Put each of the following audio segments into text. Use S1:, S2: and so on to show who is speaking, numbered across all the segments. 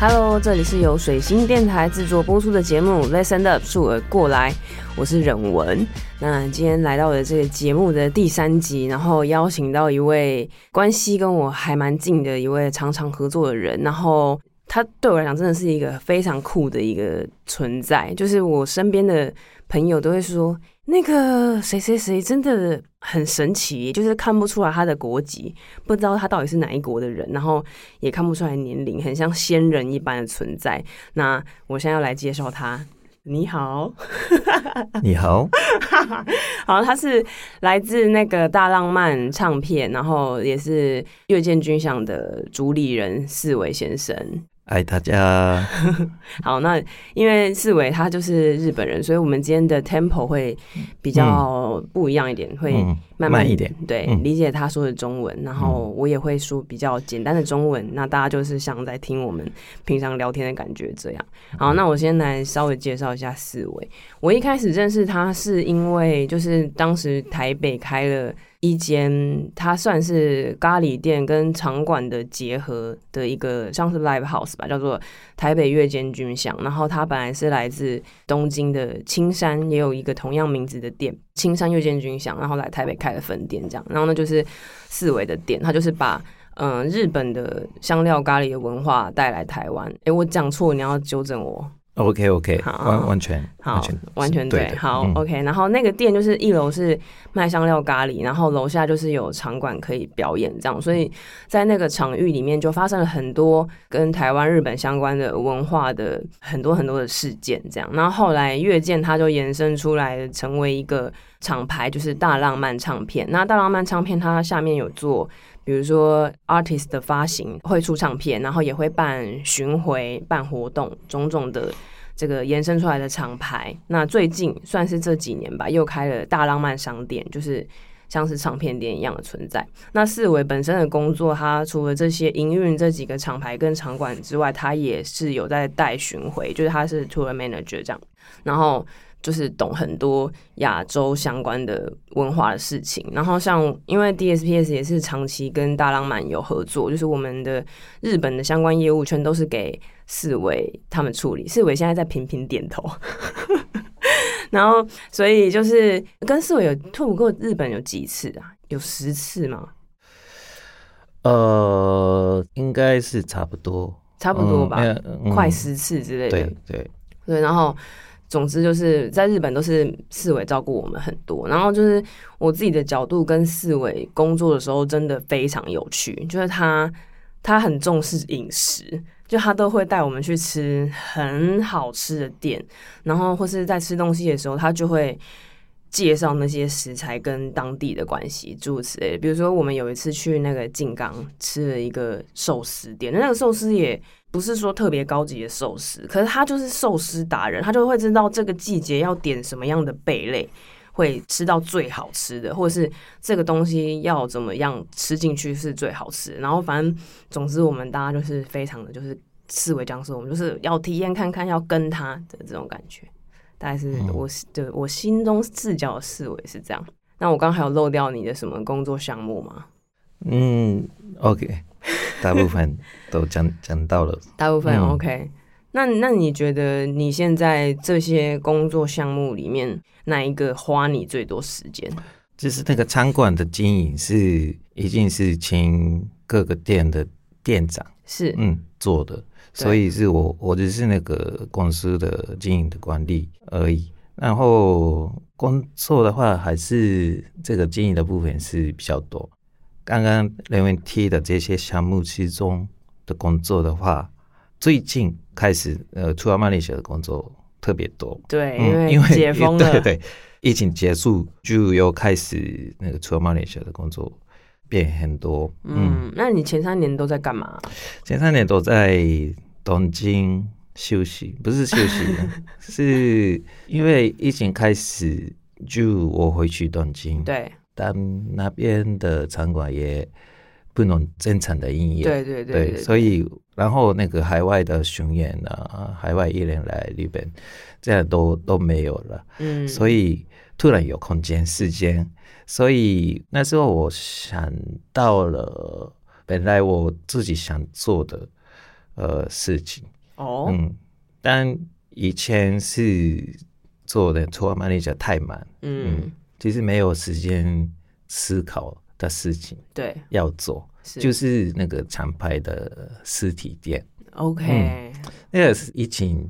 S1: Hello，这里是由水星电台制作播出的节目《Listen Up》数耳过来，我是忍文。那今天来到我的这个节目的第三集，然后邀请到一位关系跟我还蛮近的一位常常合作的人，然后他对我来讲真的是一个非常酷的一个存在，就是我身边的朋友都会说。那个谁谁谁真的很神奇，就是看不出来他的国籍，不知道他到底是哪一国的人，然后也看不出来年龄，很像仙人一般的存在。那我现在要来介绍他，你好，
S2: 你好，
S1: 好，他是来自那个大浪漫唱片，然后也是月见军饷的主理人四维先生。
S2: 爱哎大家。
S1: 好，那因为四维他就是日本人，所以我们今天的 tempo 会比较不一样一点，会
S2: 嗯，
S1: 慢
S2: 慢一点，
S1: 对、
S2: 嗯
S1: 理解他说的中文，然后我也会说比较简单的中文，那大家就是像在听我们平常聊天的感觉这样。
S2: 嗯
S1: 好，那我先来稍微介绍一下四维。我一开始认识他是因为就是当时台北开了。一间它算是咖喱店跟场馆的结合的一个像是 live house 吧，叫做台北月间军饷。然后它本来是来自东京的青山，也有一个同样名字的店，青山月间军饷，然后来台北开了分店这样。然后呢，就是四维的店，它就是把。嗯，日本的香料咖喱的文化带来台湾。诶，我讲错，你要纠正我。
S2: OK OK，
S1: 好
S2: 完完全
S1: 好
S2: 完全，
S1: 完全
S2: 对
S1: 对。
S2: 的
S1: 好、哦
S2: 嗯
S1: o k 然后那个店就是一楼是卖香料咖喱，然后楼下就是有场馆可以表演这样，所以在那个场域里面就发生了很多跟台湾、日本相关的文化的很多很多的事件这样。然后后来月见它就延伸出来成为一个厂牌，就是大浪漫唱片。那大浪漫唱片它下面有做。比如说 artist 的发行会出唱片，然后也会办巡回、办活动，种种的这个延伸出来的厂牌。那最近算是这几年吧，又开了大浪漫商店，就是像是唱片店一样的存在。那四维本身的工作，他除了这些营运这几个厂牌跟场馆之外，他也是有在带巡回，就是他是 tour manager 这样，然后。就是懂很多亚洲相关的文化的事情，然后像因为 DSPS 也是长期跟大浪漫有合作，就是我们的日本的相关业务全都是给四维他们处理。四维现在在频频点头， 然后所以就是跟四维有吐过日本有几次啊？有十次吗？
S2: 呃，应该是差不多，
S1: 差不多吧，
S2: 嗯没有嗯
S1: 快十次之类的。
S2: 对对，
S1: 对，然后总之就是在日本都是四维照顾我们很多，然后就是我自己的角度跟四维工作的时候真的非常有趣，就是他他很重视饮食，就他都会带我们去吃很好吃的店，然后或是在吃东西的时候，他就会。介绍那些食材跟当地的关系，诸如此类的。比如说，我们有一次去那个静冈吃了一个寿司店，那个寿司也不是说特别高级的寿司，可是他就是寿司达人，他就会知道这个季节要点什么样的贝类。会吃到最好吃的，或者是这个东西要怎么样吃进去是最好吃的。然后反正总之我们大家就是非常的就是思维僵尸，我们就是要体验看看，要跟他的这种感觉，大概是
S2: 嗯
S1: 我对我心中视角的思维是这样。那我刚还有漏掉你的什么工作项目吗？
S2: 嗯，OK，大 部分都讲讲到了。
S1: 大部分、
S2: 嗯
S1: OK。那那你觉得你现在这些工作项目里面，哪一个花你最多时间？
S2: 就是那个餐馆的经营是已经是请各个店的店长
S1: 是
S2: 嗯做的，所以是我我只是那个公司的经营的管理而已。然后工作的话，还是这个经营的部分是比较多。刚刚人文提的这些项目之中的工作的话，最近开始呃，出外贸易的工作特别多，
S1: 对，
S2: 嗯，
S1: 因
S2: 因
S1: 为
S2: 为
S1: 解封了，
S2: 对对，疫情结束就又开始那个出外贸易的工作变很多，嗯
S1: 嗯，那你前三年都在干嘛？
S2: 前三年都在东京休息，不是休息，啊 是因为疫情开始就我回去东京，，
S1: 对
S2: 但那边的餐馆也不能正常的营业，
S1: 对对对对，
S2: 所以然后那个海外的巡演啊，海外艺人来日本，这样都都没有了。
S1: 嗯，
S2: 所以突然有空间时间，所以那时候我想到了本来我自己想做的呃事情，
S1: 哦，
S2: 嗯，但以前是做的 tour manager 太满，
S1: 嗯
S2: 嗯，其实没有时间思考的事情
S1: 对，
S2: 要做，
S1: 是
S2: 就是那个厂牌的实体店。嗯
S1: OK。
S2: 那个是疫情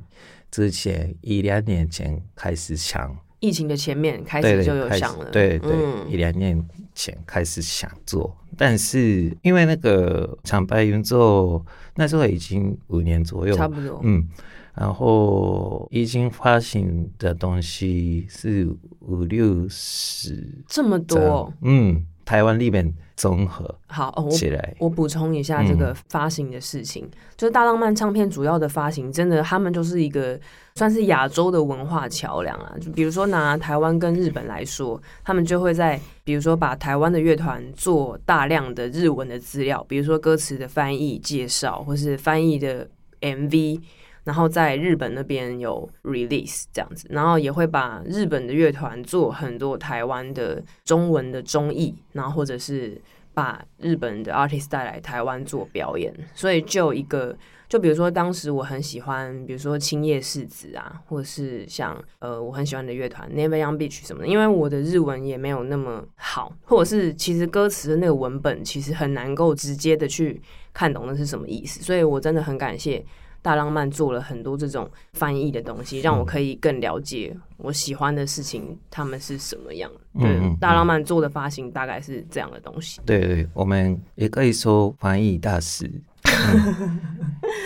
S2: 之前一两年前开始想，
S1: 疫情的前面开
S2: 对
S1: 始
S2: 对，
S1: 就有
S2: 开始
S1: 想了，
S2: 对对，一
S1: 嗯，
S2: 两年前开始想做，但是因为那个厂牌运作那时候已经五年左右，
S1: 差不多，
S2: 嗯，然后已经发行的东西是五六十
S1: 这么
S2: 张，
S1: 多。
S2: 嗯，台湾那边综合
S1: 好，哦、我
S2: 起来，
S1: 我补充一下这个发行的事情，就是大浪漫唱片主要的发行，真的他们就是一个算是亚洲的文化桥梁啊。就比如说拿台湾跟日本来说，他们就会在比如说把台湾的乐团做大量的日文的资料，比如说歌词的翻译介绍，或是翻译的 MV。然后在日本那边有 release 这样子，然后也会把日本的乐团做很多台湾的中文的综艺，然后或者是把日本的 artist 带来台湾做表演，所以就一个，就比如说当时我很喜欢，比如说青叶世子啊，或者是像呃我很喜欢的乐团 Never Young Beach 什么的，因为我的日文也没有那么好，或者是其实歌词的那个文本其实很难够直接的去看懂那是什么意思，所以我真的很感谢。大浪漫做了很多这种翻译的东西，让我
S2: 嗯
S1: 可以更了解我喜欢的事情，他们是什么样。对，
S2: 嗯嗯
S1: 大浪漫做的发行大概是这样的东西。
S2: 对对，我们也可以说翻译大师， 嗯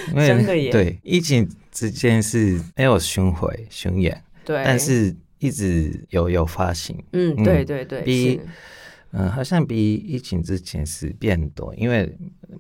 S2: 因为
S1: 真的耶
S2: 对疫情之间是没有巡回巡演，
S1: 对，
S2: 但是一直有有发行，
S1: 嗯，
S2: 嗯
S1: 对对对，
S2: 比
S1: 是
S2: 嗯，好像比疫情之前是变多，因为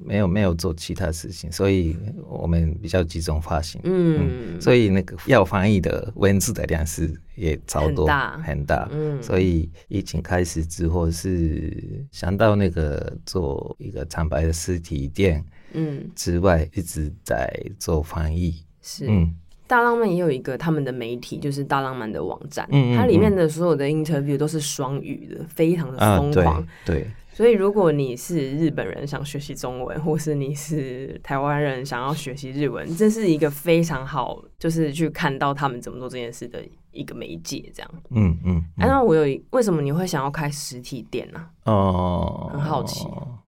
S2: 没有没有做其他事情，所以我们比较集中发行，
S1: 嗯，
S2: 所以那个要翻译的文字的量是也超
S1: 很
S2: 多
S1: 大
S2: 很大
S1: 嗯
S2: 所以疫情开始之后是想到那个做一个厂牌的实体店
S1: 嗯
S2: 之外，一直在做翻译，
S1: 是。
S2: 嗯
S1: 大浪漫也有一个他们的媒体，就是大浪漫的网站，
S2: 嗯嗯
S1: 它里面的所有的 interview 都是双语的，非常的
S2: 啊
S1: 疯
S2: 对
S1: 狂。
S2: 对
S1: 所以如果你是日本人想学习中文，或是你是台湾人想要学习日文，这是一个非常好，就是去看到他们怎么做这件事的一个媒介。这样，
S2: 嗯嗯
S1: 哎、那我有一为什么你会想要开实体店啊呢、
S2: 哦，
S1: 很好奇。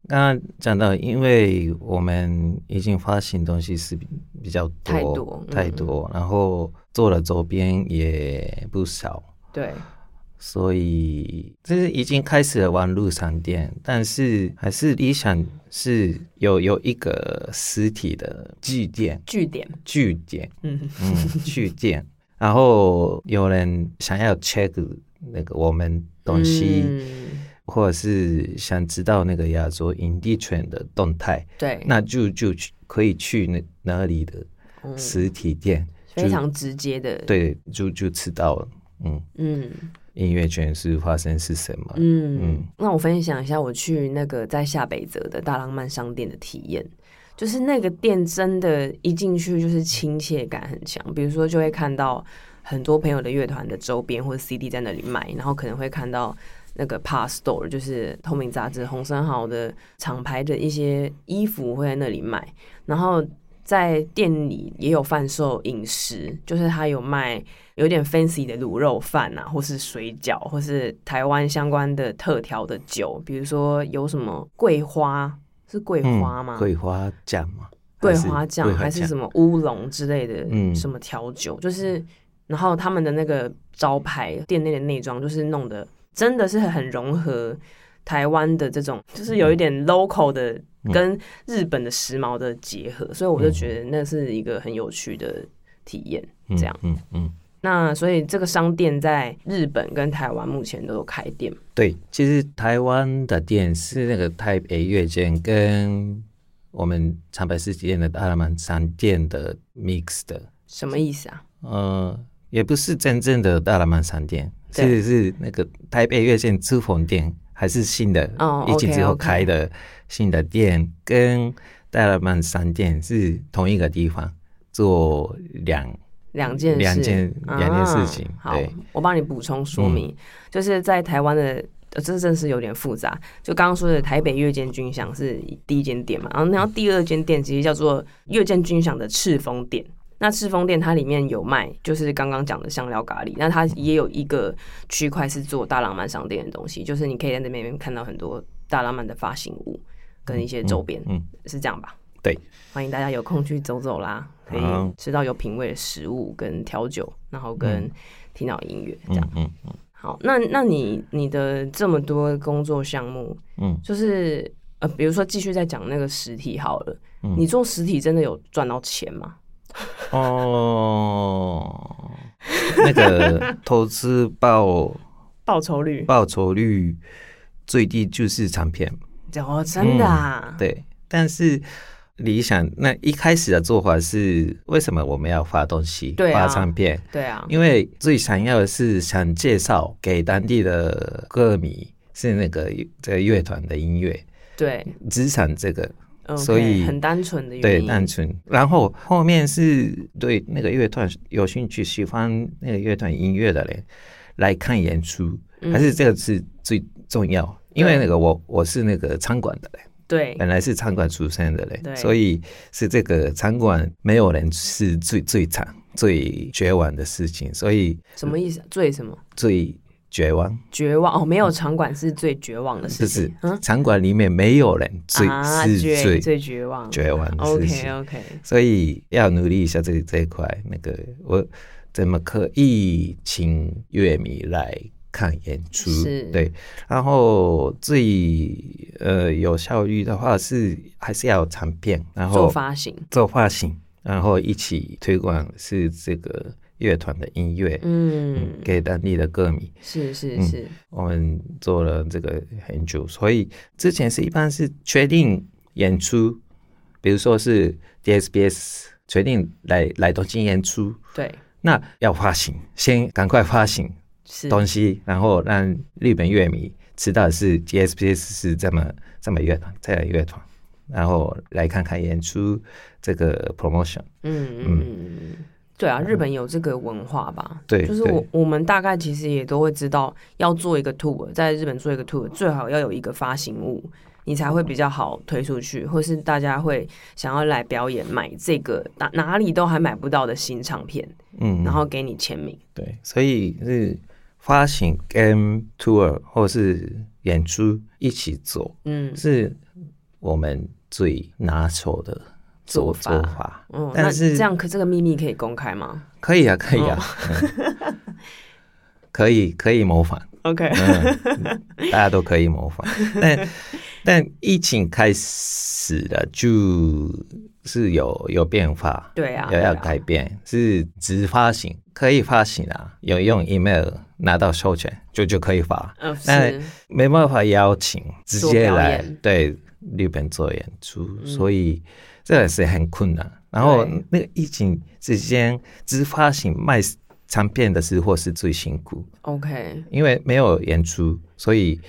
S2: 刚刚讲到，因为我们已经发行东西是比比较多，
S1: 太多嗯
S2: 太多然后做了周边也不少，
S1: 对，
S2: 所以这是已经开始了网络商店，但是还是理想是有有一个实体的据点，
S1: 据点，
S2: 据点，
S1: 嗯，
S2: 嗯，据点。然后有人想要 check 那个我们东西，
S1: 嗯
S2: 或者是想知道那个亚洲营地犬的动态，
S1: 对，
S2: 那就就去可以去那哪里的
S1: 嗯
S2: 实体店，
S1: 非常直接的，，
S2: 对，就就知道了，嗯，
S1: 嗯
S2: 音乐圈是发生是什么，
S1: 嗯
S2: 嗯。
S1: 那我分享一下我去那个在下北泽的大浪漫商店的体验，就是那个店真的，一进去就是亲切感很强，比如说就会看到很多朋友的乐团的周边或者 CD 在那里卖，然后可能会看到。那个 Pass Store 就是透明杂志洪森豪的厂牌的一些衣服会在那里卖，然后在店里也有贩售饮食，就是他有卖有点 fancy 的卤肉饭啊，或是水饺，或是台湾相关的特调的酒，比如说有什么桂花，是桂
S2: 嗯
S1: 花吗？
S2: 桂花酱吗？
S1: 桂
S2: 还是
S1: 花酱
S2: 桂花
S1: 还是
S2: 酱
S1: 什么乌龙之类的，
S2: 嗯
S1: 什么调酒，就是然后他们的那个招牌店内的内装，就是弄得真的是很融合台湾的这种，就是有一点 local 的
S2: 嗯
S1: 跟日本的时髦的结合，所以我就觉得那是一个很有趣的体验。
S2: 嗯
S1: 这样，
S2: 嗯嗯，
S1: 那所以这个商店在日本跟台湾目前都有开店，
S2: 对，其实台湾的店是那个台北月间跟我们长白市体店的大浪漫商店的 mix 的，
S1: 什么意思啊？
S2: 呃，也不是真正的大浪漫商店，
S1: 对
S2: 是是那个台北月线珠峰店，还是新的，
S1: 哦
S2: 疫情
S1: OK，
S2: 之后
S1: OK
S2: 开的新的店，跟大浪漫商店是同一个地方做两
S1: 两件事，
S2: 两件
S1: 啊
S2: 两件事情
S1: 好
S2: 对，嗯
S1: 我帮你补充说明，就是在台湾的。呃这真是有点复杂。就刚刚说的台北月见军饷是第一间店嘛，然后然后第二间店其实叫做月见军饷的赤峰店，那赤峰店它里面有卖，就是刚刚讲的香料咖喱，那它也有一个区块是做大浪漫商店的东西，就是你可以在那边看到很多大浪漫的发型物跟一些周边，
S2: 嗯，
S1: 是这样吧？
S2: 对，
S1: 欢迎大家有空去走走啦，可以
S2: 好
S1: 吃到有品味的食物跟调酒，然后跟听到音乐这样。
S2: 嗯嗯
S1: 好，那那你你的这么多工作项目，
S2: 嗯
S1: 就是呃，比如说继续再讲那个实体好了，
S2: 嗯
S1: 你做实体真的有赚到钱吗？
S2: 哦，那个投资报
S1: 报酬率？
S2: 报酬率最低就是产品，
S1: 哦，真的啊？
S2: 嗯对，但是。理想那一开始的做法是，为什么我们要发东西、
S1: 对啊
S2: 发唱片？
S1: 对啊，
S2: 因为最想要的是想介绍给当地的歌迷是那个这个乐团的音乐，
S1: 对
S2: 只想这个
S1: OK，
S2: 所以
S1: 很单纯的原
S2: 对
S1: 因，
S2: 单纯。然后后面是对那个乐团有兴趣、喜欢那个乐团音乐的人来看演出，
S1: 嗯
S2: 还是这个是最重要。因为
S1: 对
S2: 那个我我是那个餐馆的人，
S1: 对
S2: 本来是餐馆出身的
S1: 对
S2: 人，所以是这个餐馆没有人是最最惨、最绝望的事情，所以
S1: 什么意思？最什么？
S2: 最绝望。
S1: 绝望哦，没有场馆是最绝望的
S2: 就
S1: 事
S2: 是
S1: 情。嗯
S2: 场馆里面没有人最、
S1: 啊，
S2: 是
S1: 绝
S2: 最
S1: 最绝望。
S2: 绝望的事情
S1: OK OK，
S2: 所以要努力一下这这一块。那个我怎么可以请乐迷来看演出
S1: 是？
S2: 对，然后最呃有效率的话是还是要唱片，然
S1: 做
S2: 后
S1: 发行，
S2: 做发行，然后一起推广是这个乐团的音乐，
S1: 嗯，
S2: 给当地的歌迷。
S1: 是是
S2: 嗯
S1: 是，
S2: 我们做了这个很久，所以之前是一般是确定演出，比如说是 DSBS 确定来来东京演出，
S1: 对，
S2: 那要发行，先赶快发行
S1: 是嗯
S2: 东西，然后让日本乐迷知道是 DSBS 是这么这么乐团这样乐团，然后来看看演出这个 promotion。
S1: 嗯嗯嗯嗯，对啊，日本有这个文化吧？
S2: 对
S1: 就是
S2: 对
S1: 我我们大概其实也都会知道，要做一个 tour，在日本做一个 tour，最好要有一个发行物，你才会比较好推出去，或是大家会想要来表演买这个哪哪里都还买不到的新唱片，
S2: 嗯，
S1: 然后给你签名。
S2: 对，所以是发行跟 tour 或是演出一起做。
S1: 嗯
S2: 是我们最拿手的
S1: 做
S2: 做
S1: 法
S2: 做法，
S1: 嗯，那
S2: 但是
S1: 这样哦可这个秘密可以公开吗
S2: 可以啊，可以啊，嗯可以可以模仿，
S1: ？OK，
S2: 嗯，大家都可以模 仿。但但疫情开始了，就是有有变化，
S1: 对啊，
S2: 有要
S1: 对啊
S2: 改变，是直发行可以发行啊，有用 email 拿到授权就就可以发，
S1: 嗯，
S2: 那
S1: 是
S2: 没办法邀请，直接来
S1: 做表演嗯
S2: 对日本做演出，所以这也是很困难。然后
S1: 对
S2: 那个疫情之间，只发行卖唱片的时候是最辛苦，
S1: OK，
S2: 因为没有演出，所以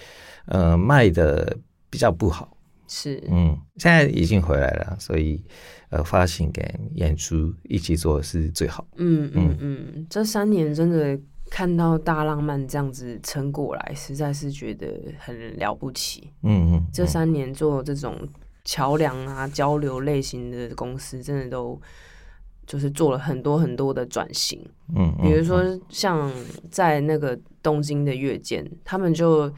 S2: 呃卖的比较不好。
S1: 是
S2: 嗯，现在已经回来了，所以呃发行跟演出一起做是最好。
S1: 嗯嗯嗯，这三年真的看到大浪漫这样子撑过来，实在是觉得很了不起。
S2: 嗯嗯，
S1: 这三年做这种桥梁啊、交流类型的公司，真的都就是做了很多很多的转型。
S2: 嗯，嗯
S1: 比如说像在那个东京的乐见，他们就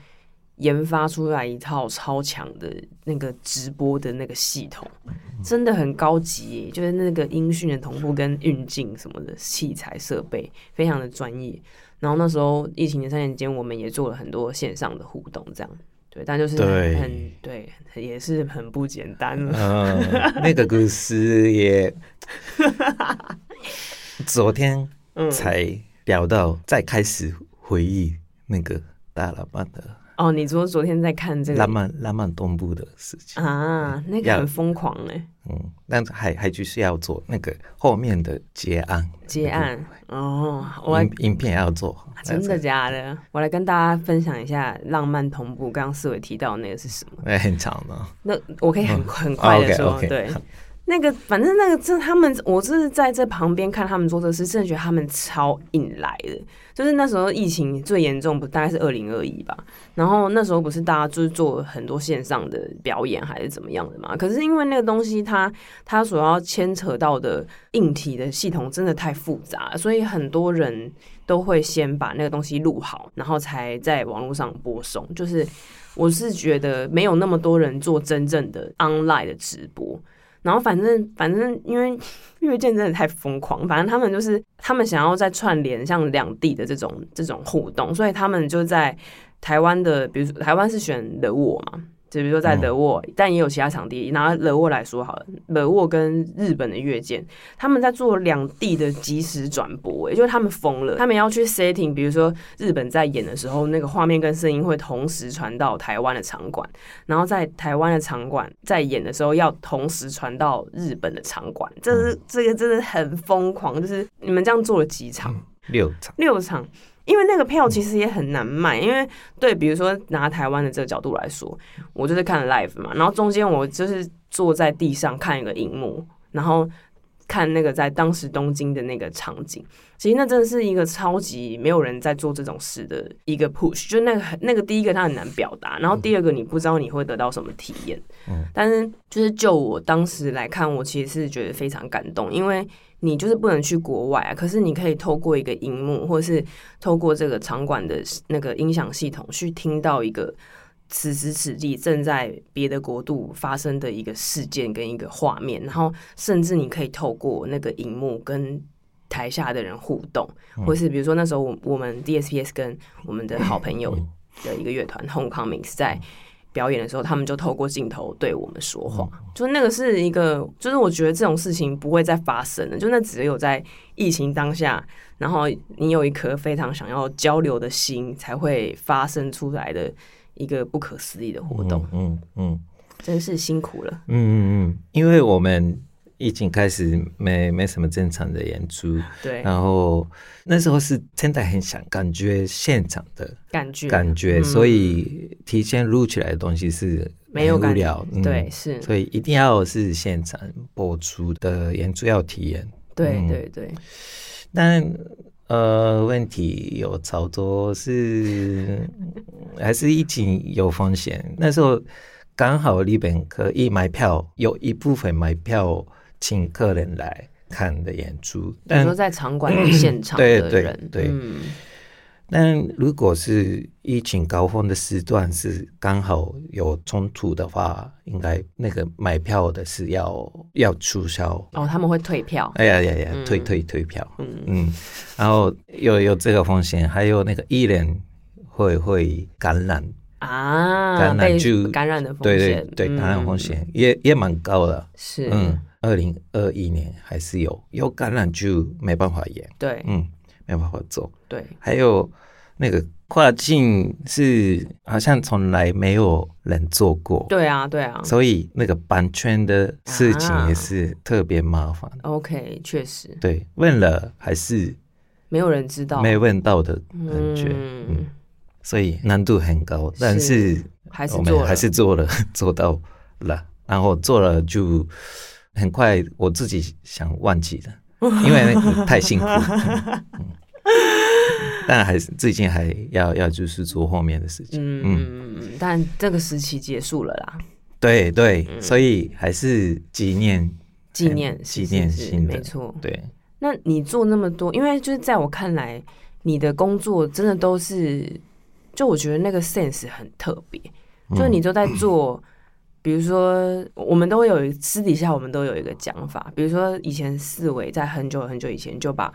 S1: 研发出来一套超强的那个直播的那个系统，
S2: 嗯
S1: 真的很高级耶，就是那个音讯的同步跟运镜什么的器材设备非常的专业。然后那时候疫情的三年间，我们也做了很多线上的互动，这样对，但就是
S2: 对
S1: 很对，也是很不简单了。
S2: 嗯， 那个故事也昨天
S1: 嗯，
S2: 才聊到，再开始回忆那个大浪漫的
S1: 哦，你昨昨天在看这
S2: 浪
S1: 个
S2: 漫浪漫东部的事情。
S1: 啊，那个
S2: 要
S1: 很疯狂哎、
S2: 嗯，但还还就是要做那个后面的结案，
S1: 接案哦，我来、
S2: 影影片要做，
S1: 啊真的假的？我来跟大家分享一下浪漫同步。刚刚四伟提到的那个是什么？
S2: 哎，很长呢。啊哦
S1: 那我可以很、很快的说，
S2: OK，OK，
S1: 对，那个，反正那个，这他们，我是在这旁边看他们做这事，真的觉得他们超硬来的。就是那时候疫情最严重，不大概是二零二一吧。然后那时候不是大家就是做很多线上的表演还是怎么样的嘛？可是因为那个东西它它所要牵扯到的硬体的系统真的太复杂，所以很多人都会先把那个东西录好，然后才在网络上播送。就是我是觉得没有那么多人做真正的 online 的直播。然后反正反正因为乐见真的太疯狂，反正他们就是他们想要再串联像两地的这种这种互动，所以他们就在台湾的，比如说台湾是选的沃嘛，就比如说在德沃，但也有其他场地。拿德沃来说好了，德沃跟日本的乐见，他们在做两地的即时转播、也就是他们疯了，他们要去 setting，比如说日本在演的时候，那个画面跟声音会同时传到台湾的场馆。然后在台湾的场馆在演的时候，要同时传到日本的场馆，这是这个真的很疯狂。就是你们这样做了几场？
S2: 六场，
S1: 六场，因为那个票其实也很难卖，因为对，比如说拿台湾的这个角度来说，我就是看 live 嘛，然后中间我就是坐在地上看一个荧幕，然后看那个在当时东京的那个场景，其实那真的是一个超级没有人在做这种事的一个 push，就那个很那个第一个它很难表达，然后第二个你不知道你会得到什么体验，
S2: 嗯
S1: 但是就是就我当时来看，我其实是觉得非常感动，因为你就是不能去国外啊，可是你可以透过一个荧幕，或是透过这个场馆的那个音响系统，去听到一个此时此地正在别的国度发生的一个事件跟一个画面，然后甚至你可以透过那个荧幕跟。台下的人互动，
S2: 嗯
S1: 或是比如说那时候我我们 DSPS 跟我们的好朋
S2: 嗯
S1: 友的一个乐团 Homecomings 在表演的时候，他们就透过镜头对我们说话，
S2: 嗯
S1: 就那个是一个，就是我觉得这种事情不会再发生了，就那只有在疫情当下，然后你有一颗非常想要交流的心，才会发生出来的一个不可思议的活动，
S2: 嗯嗯
S1: 真是辛苦了。
S2: 嗯嗯嗯，因为我们疫情开始没没什么正常的演出，
S1: 对，
S2: 然后那时候是真的很想感觉现场的
S1: 感觉
S2: 感觉，
S1: 嗯
S2: 所以提前录起来的东西是
S1: 没有
S2: 很无
S1: 感
S2: 聊
S1: 觉，，
S2: 嗯
S1: 对，是，
S2: 所以一定要是现场播出的演出要体验。
S1: 对
S2: 嗯
S1: 对对，
S2: 但呃，问题有超多是 还是疫情有风险。那时候刚好日本可以买票，有一部分买票请客人来看的演出，
S1: 比如
S2: 但
S1: 说在场馆的现场的
S2: 对
S1: 人，
S2: 对对
S1: 嗯，
S2: 但如果是疫情高峰的时段是刚好有冲突的话，应该那个买票的是要要取消。
S1: 哦，他们会退票，
S2: 哎呀呀呀，
S1: 嗯
S2: 退退退票，
S1: 嗯，
S2: 嗯，然后有有这个风险，还有那个艺人会会感染，
S1: 啊，
S2: 感染
S1: 被
S2: 哎就
S1: 感染的风
S2: 对对
S1: 险，
S2: 对，
S1: 嗯
S2: 感染风险、也也蛮高的，
S1: 是，
S2: 嗯，二零二一年还是有有感染就没办法演，
S1: 对
S2: 嗯，没办法做，
S1: 对，
S2: 还有那个跨境是好像从来没有人做过，
S1: 对啊，对啊
S2: 所以那个版权的事情
S1: 啊
S2: 也是特别麻烦，
S1: ，OK，确实
S2: 对，问了还是
S1: 没有人知道，
S2: 没问到的感觉，嗯
S1: 嗯，
S2: 所以难度很高，但是
S1: 还是
S2: 我
S1: 做
S2: 们
S1: 了，
S2: 还是做了， 做到了，然后做了就很快，我自己想忘记了， 因为太辛苦。嗯但还是最近还要要就是做后面的事情，
S1: 嗯
S2: 嗯，
S1: 嗯嗯嗯，但这个时期结束了啦，
S2: 对对，
S1: 嗯
S2: 所以还是纪念，
S1: 纪念
S2: 嗯
S1: 是
S2: 纪念
S1: 是是
S2: 性的
S1: 没错。
S2: 对，
S1: 那你做那么多，因为就是在我看来，你的工作真的都是，就我觉得那个 sense 很特别，就是你都在做，比如说，我们都会有私底下我们都有一个讲法，比如说以前四维在很久很久以前就把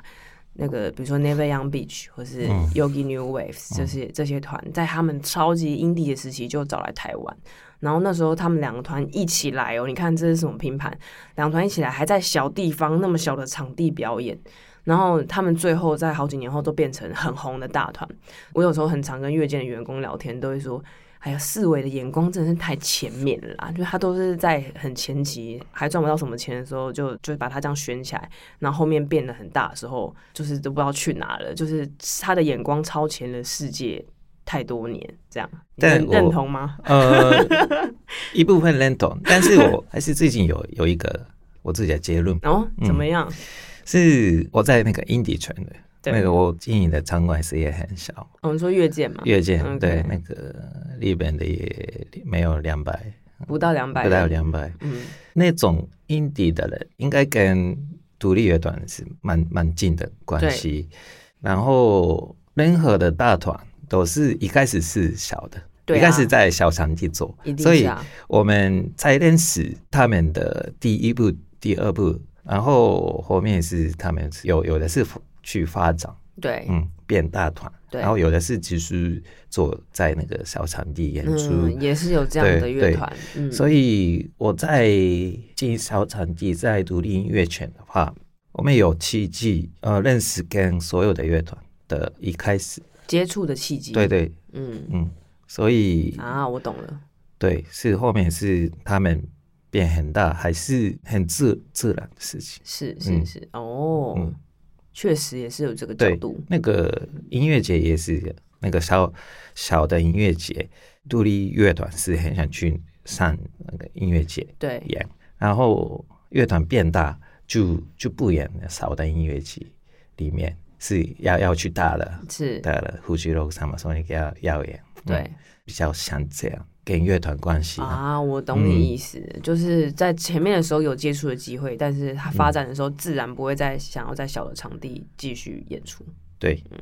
S1: 那个，比如说 Never Young Beach 或是
S2: 嗯
S1: Yogi New Waves 这些这些团，在他们超级 indie 的时期就找来台湾。然后那时候他们两个团一起来哦，你看这是什么拼盘？两团一起来，还在小地方那么小的场地表演，然后他们最后在好几年后都变成很红的大团。我有时候很常跟乐见的员工聊天，都会说，哎呀，四维的眼光真的是太前面了啦，就他都是在很前期还赚不到什么钱的时候，就就把它这样选起来，然后后面变得很大的时候，就是都不知道去哪了，就是他的眼光超前了世界太多年，这样你
S2: 但
S1: 认
S2: 我
S1: 认同吗？
S2: 呃，一部分认同，但是我还是最近有有一个我自己的结论
S1: 哦，怎么样？
S2: 是我在那个 indie 圈的，
S1: 对
S2: 那个我经营的场馆事业很小，
S1: 我们说越界嘛，
S2: 月见
S1: 嗯 OK
S2: 对那个日本的也没有两百，
S1: 不到两百，
S2: 不到，两百，
S1: 嗯，
S2: 那种 indie 的人应该跟独立乐团是蛮蛮近的关系。然后任何的大团都是一开始是小的，
S1: 对啊
S2: 一开始在小场地做
S1: 一，
S2: 所
S1: 定是
S2: 以
S1: 啊，
S2: 我们才认识他们的第一步、第二步，然后后面是他们有有的是去发展，
S1: 对，
S2: 嗯，变大团，
S1: 对
S2: 然后有的是只是做在那个小场地演出，
S1: 嗯，也是有这样的
S2: 对
S1: 乐
S2: 对
S1: 团，嗯，
S2: 所以我在进小场地，在独立音乐圈的话，我们有契机，呃，认识跟所有的乐团的一开始，
S1: 接触的契机，
S2: 对，对，
S1: 嗯，
S2: 嗯，所以
S1: 啊，我懂了，
S2: 对，是后面是他们变很大，还是很自自然的事情。
S1: 是是
S2: 嗯
S1: 是，哦
S2: 嗯，
S1: 确实也是有这个角
S2: 对
S1: 度，，
S2: 那个音乐节也是那个小小的音乐节，独立乐团是很想去上那个音乐节，
S1: 对，
S2: 演，然后乐团变大就就不演了少的音乐节里面是要要去大的
S1: 是，
S2: 大的胡须 rock 上嘛，所以要要演，嗯
S1: 对，
S2: 比较像这样跟乐团关系、啊，
S1: 啊，我懂你意思，就是在前面的时候有接触的机会，但是它发展的时候自然不会再想要在小的场地继续演出。
S2: 对，
S1: 嗯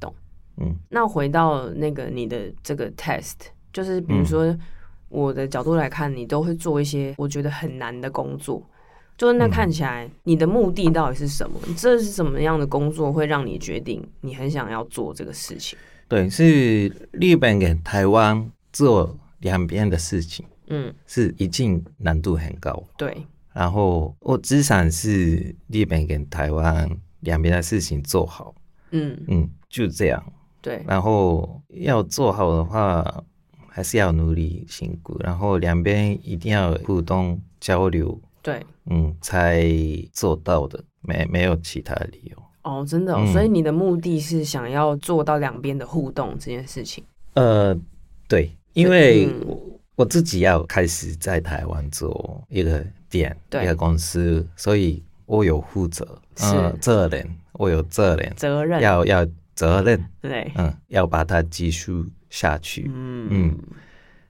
S1: 懂，
S2: 嗯，
S1: 那回到那个你的这个 test，就是
S2: 嗯
S1: 比如说我的角度来看，你都会做一些我觉得很难的工作，就是
S2: 嗯
S1: 那看起来你的目的到底是什么？这是什么样的工作会让你决定你很想要做这个事情？
S2: 对，是日本跟台湾做两边的事情
S1: 嗯，
S2: 是已经难度很高，
S1: 对，
S2: 然后我只想是日本跟台湾两边的事情做好，
S1: 嗯，
S2: 嗯，就这样。
S1: 对，
S2: 然后要做好的话，还是要努力辛苦，然后两边一定要互动交流，
S1: 对，
S2: 嗯，才做到的，没没有其他理由。
S1: 哦，真的、哦，
S2: 嗯
S1: 所以你的目的是想要做到两边的互动这件事情。
S2: 呃，对，因为
S1: 嗯
S2: 我、我自己要开始在台湾做一个店，
S1: 对
S2: 一个公司，所以我有负责，
S1: 是
S2: 呃，责任，我有责任，
S1: 责任，
S2: 要要责任，
S1: 对，
S2: 嗯，要把它继续下去，
S1: 嗯
S2: 嗯，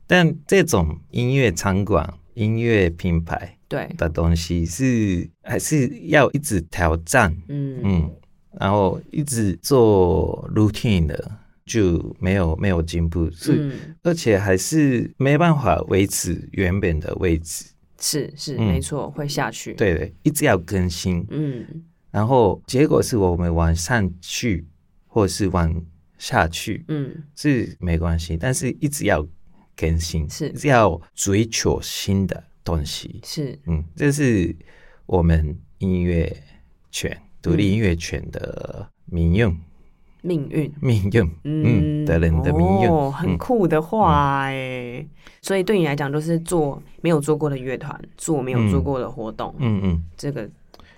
S2: 但这种音乐场馆、音乐品牌
S1: 对，
S2: 的东西是还是要一直挑战，
S1: 嗯，
S2: 嗯，然后一直做 routine 的，就没有没有进步，是、
S1: 嗯，
S2: 而且还是没办法维持原本的位置，
S1: 是是，
S2: 嗯
S1: 没错，会下去。，
S2: 对对，一直要更新，
S1: 嗯，
S2: 然后结果是我们往上去或是往下去
S1: 嗯，
S2: 是没关系，但是一直要更新，
S1: 是
S2: 一直要追求新的东西。
S1: 是，
S2: 嗯，这是我们音乐圈独
S1: 嗯
S2: 立音乐圈的民用、
S1: 命运。
S2: 民用，嗯，的人的民用，嗯
S1: 哦，很酷的话哎、所以对你来讲，就是做没有做过的乐团，做没有做过的活动，
S2: 嗯嗯
S1: 这个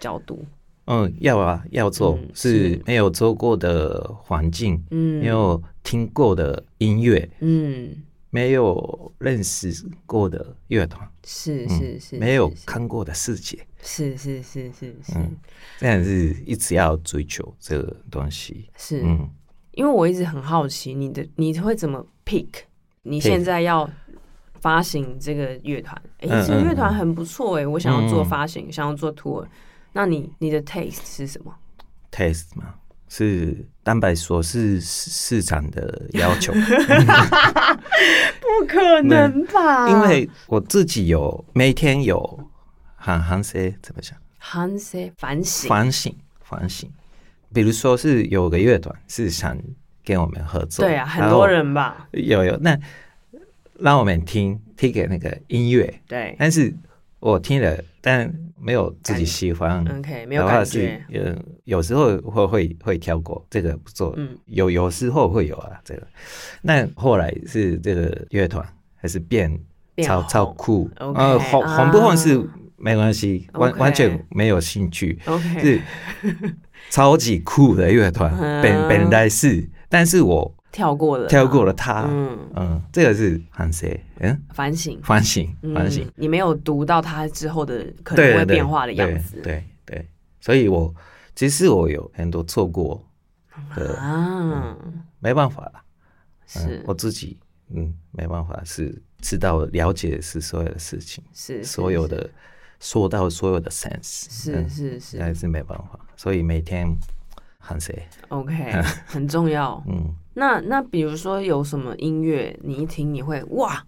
S1: 角度，
S2: 嗯，要啊，要做、
S1: 嗯是
S2: 是没有做过的环境，
S1: 嗯，
S2: 没有听过的音乐，
S1: 嗯，
S2: 没有认识过的乐团，
S1: 是
S2: 嗯
S1: 是是，
S2: 没有
S1: 是
S2: 看过的世界，
S1: 是是是是是
S2: 嗯这样是一直要追求这个东西，
S1: 是，
S2: 嗯。
S1: 因为我一直很好奇你的你会怎么 pick？你现在要发行这个乐团，哎、
S2: 嗯
S1: 这个
S2: 嗯
S1: 乐团很不错哎、我想要做
S2: 嗯嗯
S1: 发行，想要做 tour，那你你的 taste 是什么？
S2: taste 嘛，是蛋白说是市市场的要 求，
S1: 不可
S2: 能
S1: 吧
S2: 因为我自己有每天有反反思，怎么讲？
S1: 韩 C 反省，
S2: 反省反省。比如说是有个乐团是想跟我们合作，
S1: 对啊，很
S2: 然后
S1: 多人吧，
S2: 有有那让我们听听给那个音乐，
S1: 对
S2: 但是我听了但没有自己
S1: 感
S2: 喜欢，
S1: 嗯，OK，没有
S2: 的话
S1: 感
S2: 是
S1: 觉，
S2: 呃，有时候会会会跳过这个不做，
S1: 嗯
S2: 有有时候会有啊这个。那后来是这个乐团还是变
S1: 变
S2: 超
S1: 红
S2: 超酷，
S1: OK，
S2: 呃红红不红是
S1: 啊
S2: 没关系，完
S1: OK
S2: 完全没有兴趣，
S1: ，OK，
S2: 是超级酷的乐团
S1: 嗯，
S2: 本本来是，但是我
S1: 跳过了，
S2: 跳过了它，嗯
S1: 嗯，
S2: 这个是反省，嗯，
S1: 反省，
S2: 反省，反省，
S1: 嗯，你没有读到它之后的可
S2: 对
S1: 能会
S2: 对
S1: 变化的样子，
S2: 对对对，所以我其实我有很多错过，对
S1: 啊，
S2: 没办法啦，嗯
S1: 是，
S2: 我自己，嗯，没办法，是知道了解是所有的事情，
S1: 是
S2: 所有的说到所有的 sense，
S1: 是
S2: 嗯
S1: 是是
S2: 还
S1: 是
S2: 是没办法，所以每天喊谁，
S1: ，OK，很重要。
S2: 嗯，
S1: 那那比如说有什么音乐，你一听你会哇，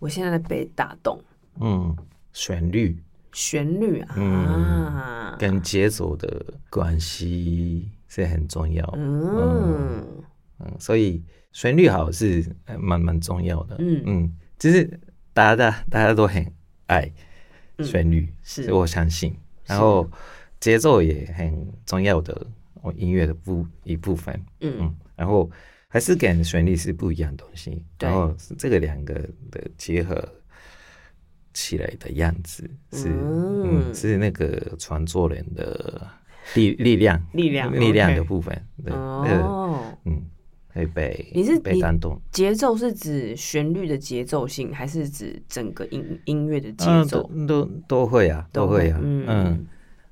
S1: 我现在被打动，
S2: 嗯，旋律
S1: 旋律啊，
S2: 嗯跟节奏的关系是很重要，
S1: 嗯
S2: 嗯，所以旋律好是呃蛮蛮重要的，
S1: 嗯
S2: 嗯，就是大家大大家都很爱
S1: 嗯
S2: 旋律，
S1: 是
S2: 所以我相信，然后节奏也很重要的哦音乐的部一部分，
S1: 嗯，
S2: 嗯，然后还是跟旋律是不一样的东西，
S1: 对
S2: 然后是这个两个的结合起来的样子是，嗯，
S1: 嗯
S2: 是那个创作人的力力量，
S1: 力量
S2: 力量的
S1: OK
S2: 部分，对，那个
S1: 哦，
S2: 嗯，会被
S1: 你是
S2: 被
S1: 你
S2: 感动，
S1: 节奏是指旋律的节奏性，还是指整个音音乐的节
S2: 嗯，
S1: 奏？
S2: 都都都会啊，都会啊，
S1: 嗯
S2: 嗯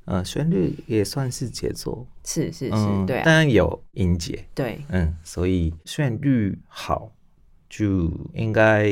S2: 嗯，旋律也算是节奏，
S1: 是是
S2: 嗯
S1: 是，，对啊
S2: 当然有音节，
S1: 对，
S2: 嗯，所以旋律好就应该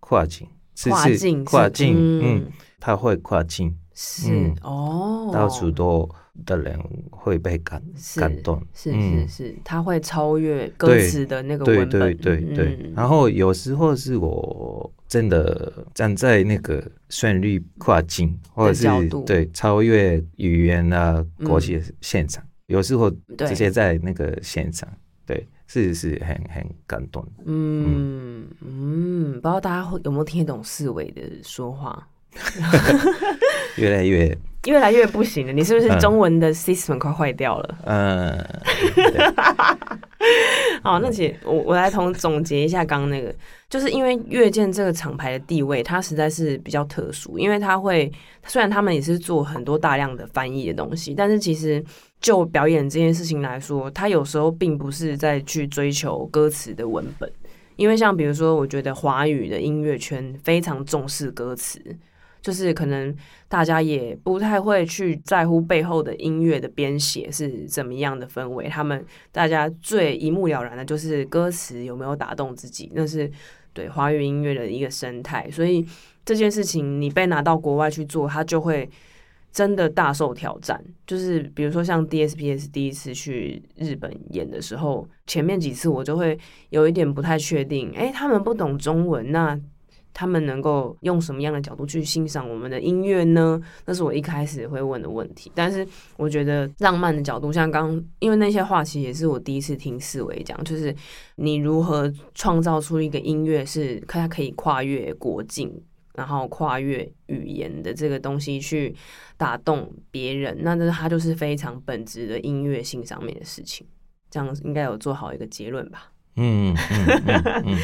S2: 跨境，是
S1: 跨
S2: 是
S1: 境是
S2: 跨境，嗯
S1: 嗯，
S2: 他会跨境，
S1: 是
S2: 嗯
S1: 哦，
S2: 到处都的人会被感
S1: 是
S2: 感动，
S1: 是
S2: 嗯
S1: 是是，它会超越歌
S2: 对
S1: 词的那个
S2: 对
S1: 文
S2: 对
S1: 本，
S2: 对对，
S1: 嗯
S2: 然后有时候是我真的站在那个旋律跨境，或者是
S1: 角度
S2: 对超越语言啊
S1: 嗯
S2: 国界现场，有时候
S1: 对
S2: 直接在那个现场，对，是是很很感动。
S1: 嗯嗯，不知道大家会有没有听得懂四维的说话？
S2: 越来越，
S1: 越来越不行了，你是不
S2: 嗯
S1: 是中文的 system 快坏掉了？
S2: 嗯、
S1: 好，那姐，我我来同总结一下刚刚那个，就是因为乐见这个厂牌的地位，它实在是比较特殊，因为它会虽然他们也是做很多大量的翻译的东西，但是其实就表演这件事情来说，它有时候并不是在去追求歌词的文本，因为像比如说，我觉得华语的音乐圈非常重视歌词。就是可能大家也不太会去在乎背后的音乐的编写是怎么样的氛围，他们大家最一目了然的就是歌词有没有打动自己，那是对华语音乐的一个生态。所以这件事情你被拿到国外去做，它就会真的大受挑战。就是比如说像 DSPS 第一次去日本演的时候，前面几次我就会有一点不太确定，诶，他们不懂中文那。他们能够用什么样的角度去欣赏我们的音乐呢？那是我一开始会问的问题。但是我觉得浪漫的角度，像刚因为那些话，其实也是我第一次听四维讲，就是你如何创造出一个音乐是它可以跨越国境，然后跨越语言的这个东西去打动别人，那这它就是非常本质的音乐性上面的事情。这样应该有做好一个结论吧。
S2: 嗯嗯嗯嗯，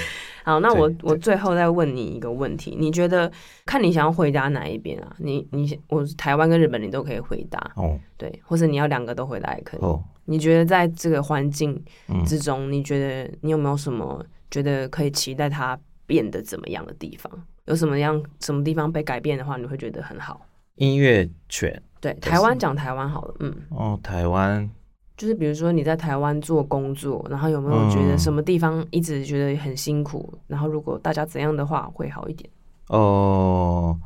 S1: 好，那
S2: 对
S1: 我
S2: 对
S1: 我最后再问你一个问题，你觉得看你想要回答哪一边啊？你你想我台湾跟日本你都可以回答，
S2: 哦
S1: 对，或者你要两个都回答也可以。
S2: 哦，
S1: 你觉得在这个环境
S2: 嗯
S1: 之中，你觉得你有没有什么觉得可以期待它变得怎么样的地方？有什么样什么地方被改变的话，你会觉得很好？
S2: 音乐圈
S1: 对，台湾讲台湾好了，嗯，
S2: 哦，台湾
S1: 就是比如说你在台湾做工作，然后有没有觉得
S2: 嗯
S1: 什么地方一直觉得很辛苦？然后如果大家怎样的话会好一点？
S2: 哦，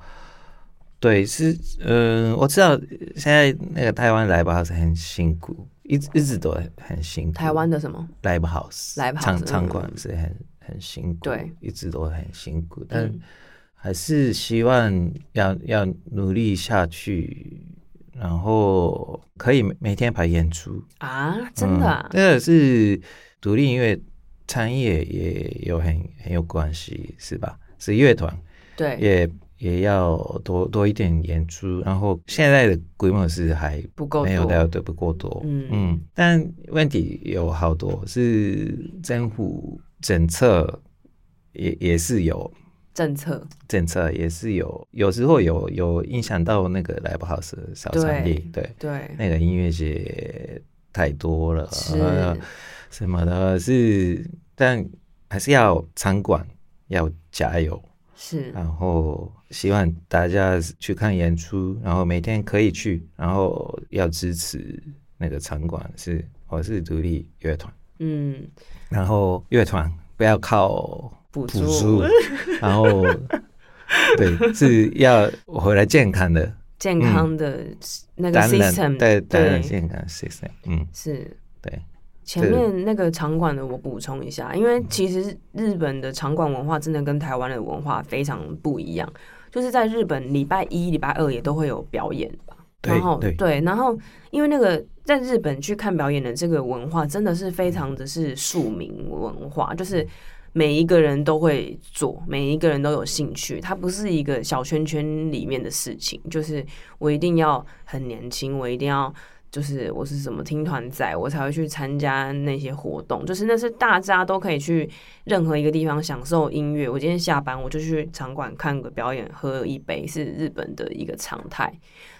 S2: 对，是呃，我知道现在那个台湾 live house 很辛苦，一直一直都很辛苦。
S1: 台湾的什么？
S2: live house
S1: live house，
S2: 场
S1: 嗯
S2: 场馆是很很辛苦，
S1: 对，
S2: 一直都很辛苦，但
S1: 嗯
S2: 还是希望要要努力下去，然后可以每每天排演出。
S1: 啊，真的、啊
S2: 嗯，这个是独立音乐产业也有很很有关系，是吧？是乐团
S1: 对，
S2: 也也要多多一点演出，然后现在的规模是还
S1: 不够
S2: 没有到
S1: 多，
S2: 的不够多，
S1: 嗯
S2: 但问题有好多是政府政策也也是有。
S1: 政策
S2: 政策也是有，有时候有有影响到那个 live house 的小产业，对，
S1: 对
S2: 那个音乐节太多了，
S1: 是
S2: 呃什么的，是但还是要场馆要加油，
S1: 是
S2: 然后希望大家去看演出，然后每天可以去，然后要支持那个场馆是我是独立乐团，
S1: 嗯，
S2: 然后乐团不要靠
S1: 补
S2: 补助， 然后对是要回来健康的，
S1: 健康的那个
S2: 当然
S1: system，
S2: 对当然
S1: 对，
S2: 健康 system，嗯
S1: 是
S2: 对
S1: 前面那个场馆的我补充一下，因为其实日本的场馆文化真的跟台湾的文化非常不一样，就是在日本礼拜一、礼拜二也都会有表演吧。
S2: 对
S1: 然后
S2: 对
S1: 然后因为那个在日本去看表演的这个文化，真的是非常的是庶民文化，就是每一个人都会做，每一个人都有兴趣，它不是一个小圈圈里面的事情，就是我一定要很年轻，我一定要就是我是什么听团仔，我才会去参加那些活动，就是那是大家都可以去任何一个地方享受音乐。我今天下班我就去场馆看个表演，喝一杯是日本的一个常态。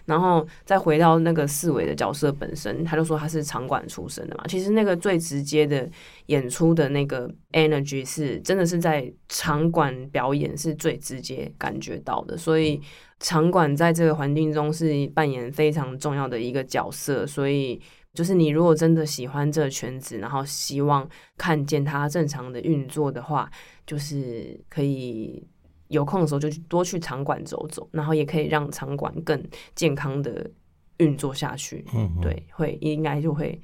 S1: 然后再回到那个四维的角色本身，他就说他是场馆出身的嘛。其实那个最直接的演出的那个 energy 是真的是在场馆表演是最直接感觉到的，所以场馆在这个环境中是扮演非常重要的一个角色。所以就是你如果真的喜欢这个圈子，然后希望看见它正常的运作的话，就是可以。有空的时候就去多去场馆走走，然后也可以让场馆更健康的运作下去。
S2: 嗯，
S1: 对，会应该就会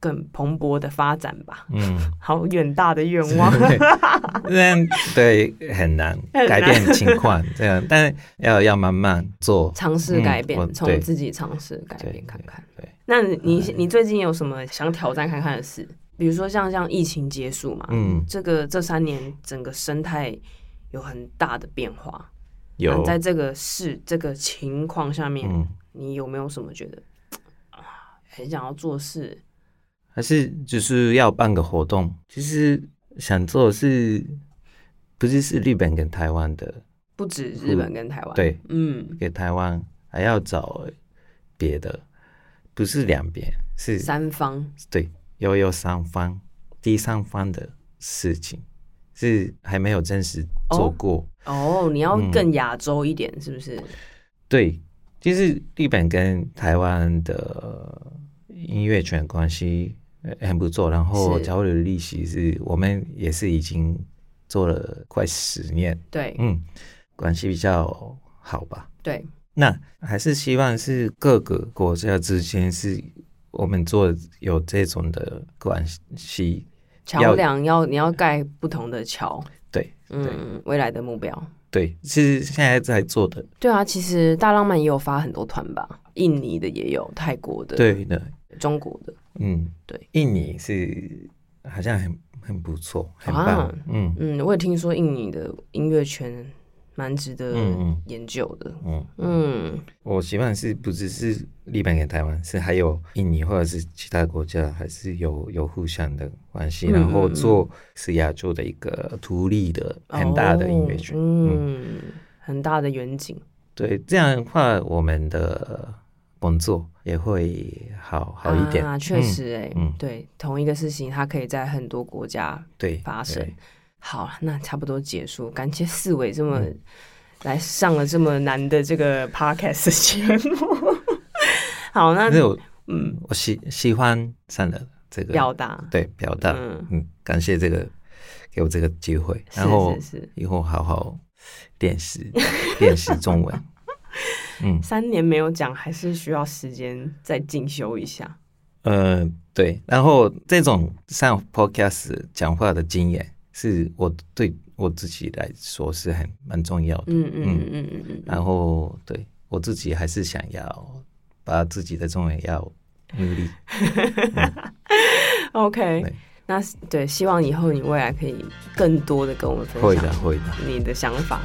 S1: 更蓬勃的发展吧。
S2: 嗯。
S1: 好远大的愿 望，
S2: 但对很难
S1: 很难
S2: 改变情况， 这样，但要要慢慢做。
S1: 尝试改
S2: 嗯我
S1: 变，从、
S2: 对
S1: 自己尝试改
S2: 对
S1: 变看看。
S2: 对，嗯
S1: 那你你最近有什么想挑战看看的事？比如说像像疫情结束嘛，
S2: 嗯，
S1: 这个这三年整个生态有很大的变化。
S2: 有
S1: 那，在这个事这个情况下面，
S2: 嗯，
S1: 你有没有什么觉得啊很想要做事？
S2: 还是就是要办个活动，其实想做是，不是是日本跟台湾的，
S1: 不止日本跟台湾，
S2: 对，
S1: 嗯，
S2: 给台湾还要找别的，不是两边，是
S1: 三方
S2: 对，又有三方第三方的事情，是还没有真实做
S1: 哦
S2: 过。
S1: 哦，你要
S2: 嗯
S1: 更亚洲一点，是不是？
S2: 对，其实日本跟台湾的音乐圈关系呃很不错，然后
S1: 是
S2: 交流的利息是我们也是已经做了快十年，
S1: 对
S2: 嗯，关系比较好吧。
S1: 对，
S2: 那还是希望是各个国家之间是我们做有这种的关系，
S1: 桥梁要你要盖不同的桥，
S2: 对
S1: 嗯，未来的目标。
S2: 对，是现在在做的，
S1: 对啊，其实大浪漫也有发很多团吧，印尼的也有，泰国的，，
S2: 对的，
S1: 中国的，
S2: 嗯，
S1: 对，
S2: 印尼是好像很很不错，很
S1: 啊
S2: 棒，嗯。
S1: 嗯，我也听说印尼的音乐圈蛮值得
S2: 嗯嗯
S1: 研究的，
S2: 嗯，
S1: 嗯
S2: 我希望是不只是日本跟台湾，是还有印尼或者是其他国家，还是有有互相的关系，
S1: 嗯
S2: 然后做是亚洲的一个独立的很大的音乐圈。
S1: 哦嗯，很大的远景，
S2: 对，这样的话，我们的工作也会好好一点。
S1: 啊，确实哎、
S2: 嗯
S1: 对，同一个事情它可以在很多国家
S2: 嗯，对，
S1: 发生
S2: 对
S1: 好，那差不多结束。感谢四伟这么、
S2: 嗯
S1: 来上了这么难的这个 podcast 的节目。 好，那
S2: 但是我
S1: 嗯，
S2: 我喜喜欢上了这个
S1: 表达，
S2: 对表达，
S1: 嗯
S2: 嗯，感谢这个给我这个机会，
S1: 是
S2: 然后
S1: 是是，
S2: 以后好好练习 练习 中文。嗯，
S1: 三年没有讲，还是需要时间再进修一下。
S2: 呃，对，然后这种上 podcast 讲话的经验，是我对我自己来说是很蛮重要的。
S1: 嗯嗯嗯嗯嗯嗯嗯，
S2: 然后对我自己还是想要把自己的中文要努力。
S1: OK
S2: 对。
S1: 那对，希望以后你未来可以更多的跟我们分
S2: 会
S1: 享
S2: 的，会的。
S1: 你的想法。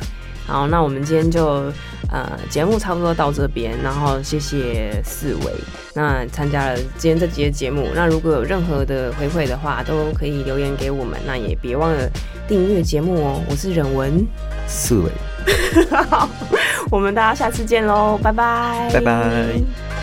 S1: 好，那我们今天就呃节目差不多到这边，然后谢谢四维，那参加了今天这集的节目，那如果有任何的回馈的话，都可以留言给我们，那也别忘了订阅节目哦。我是忍文，
S2: 四维，
S1: 我们大家下次见喽，拜拜，
S2: 拜拜。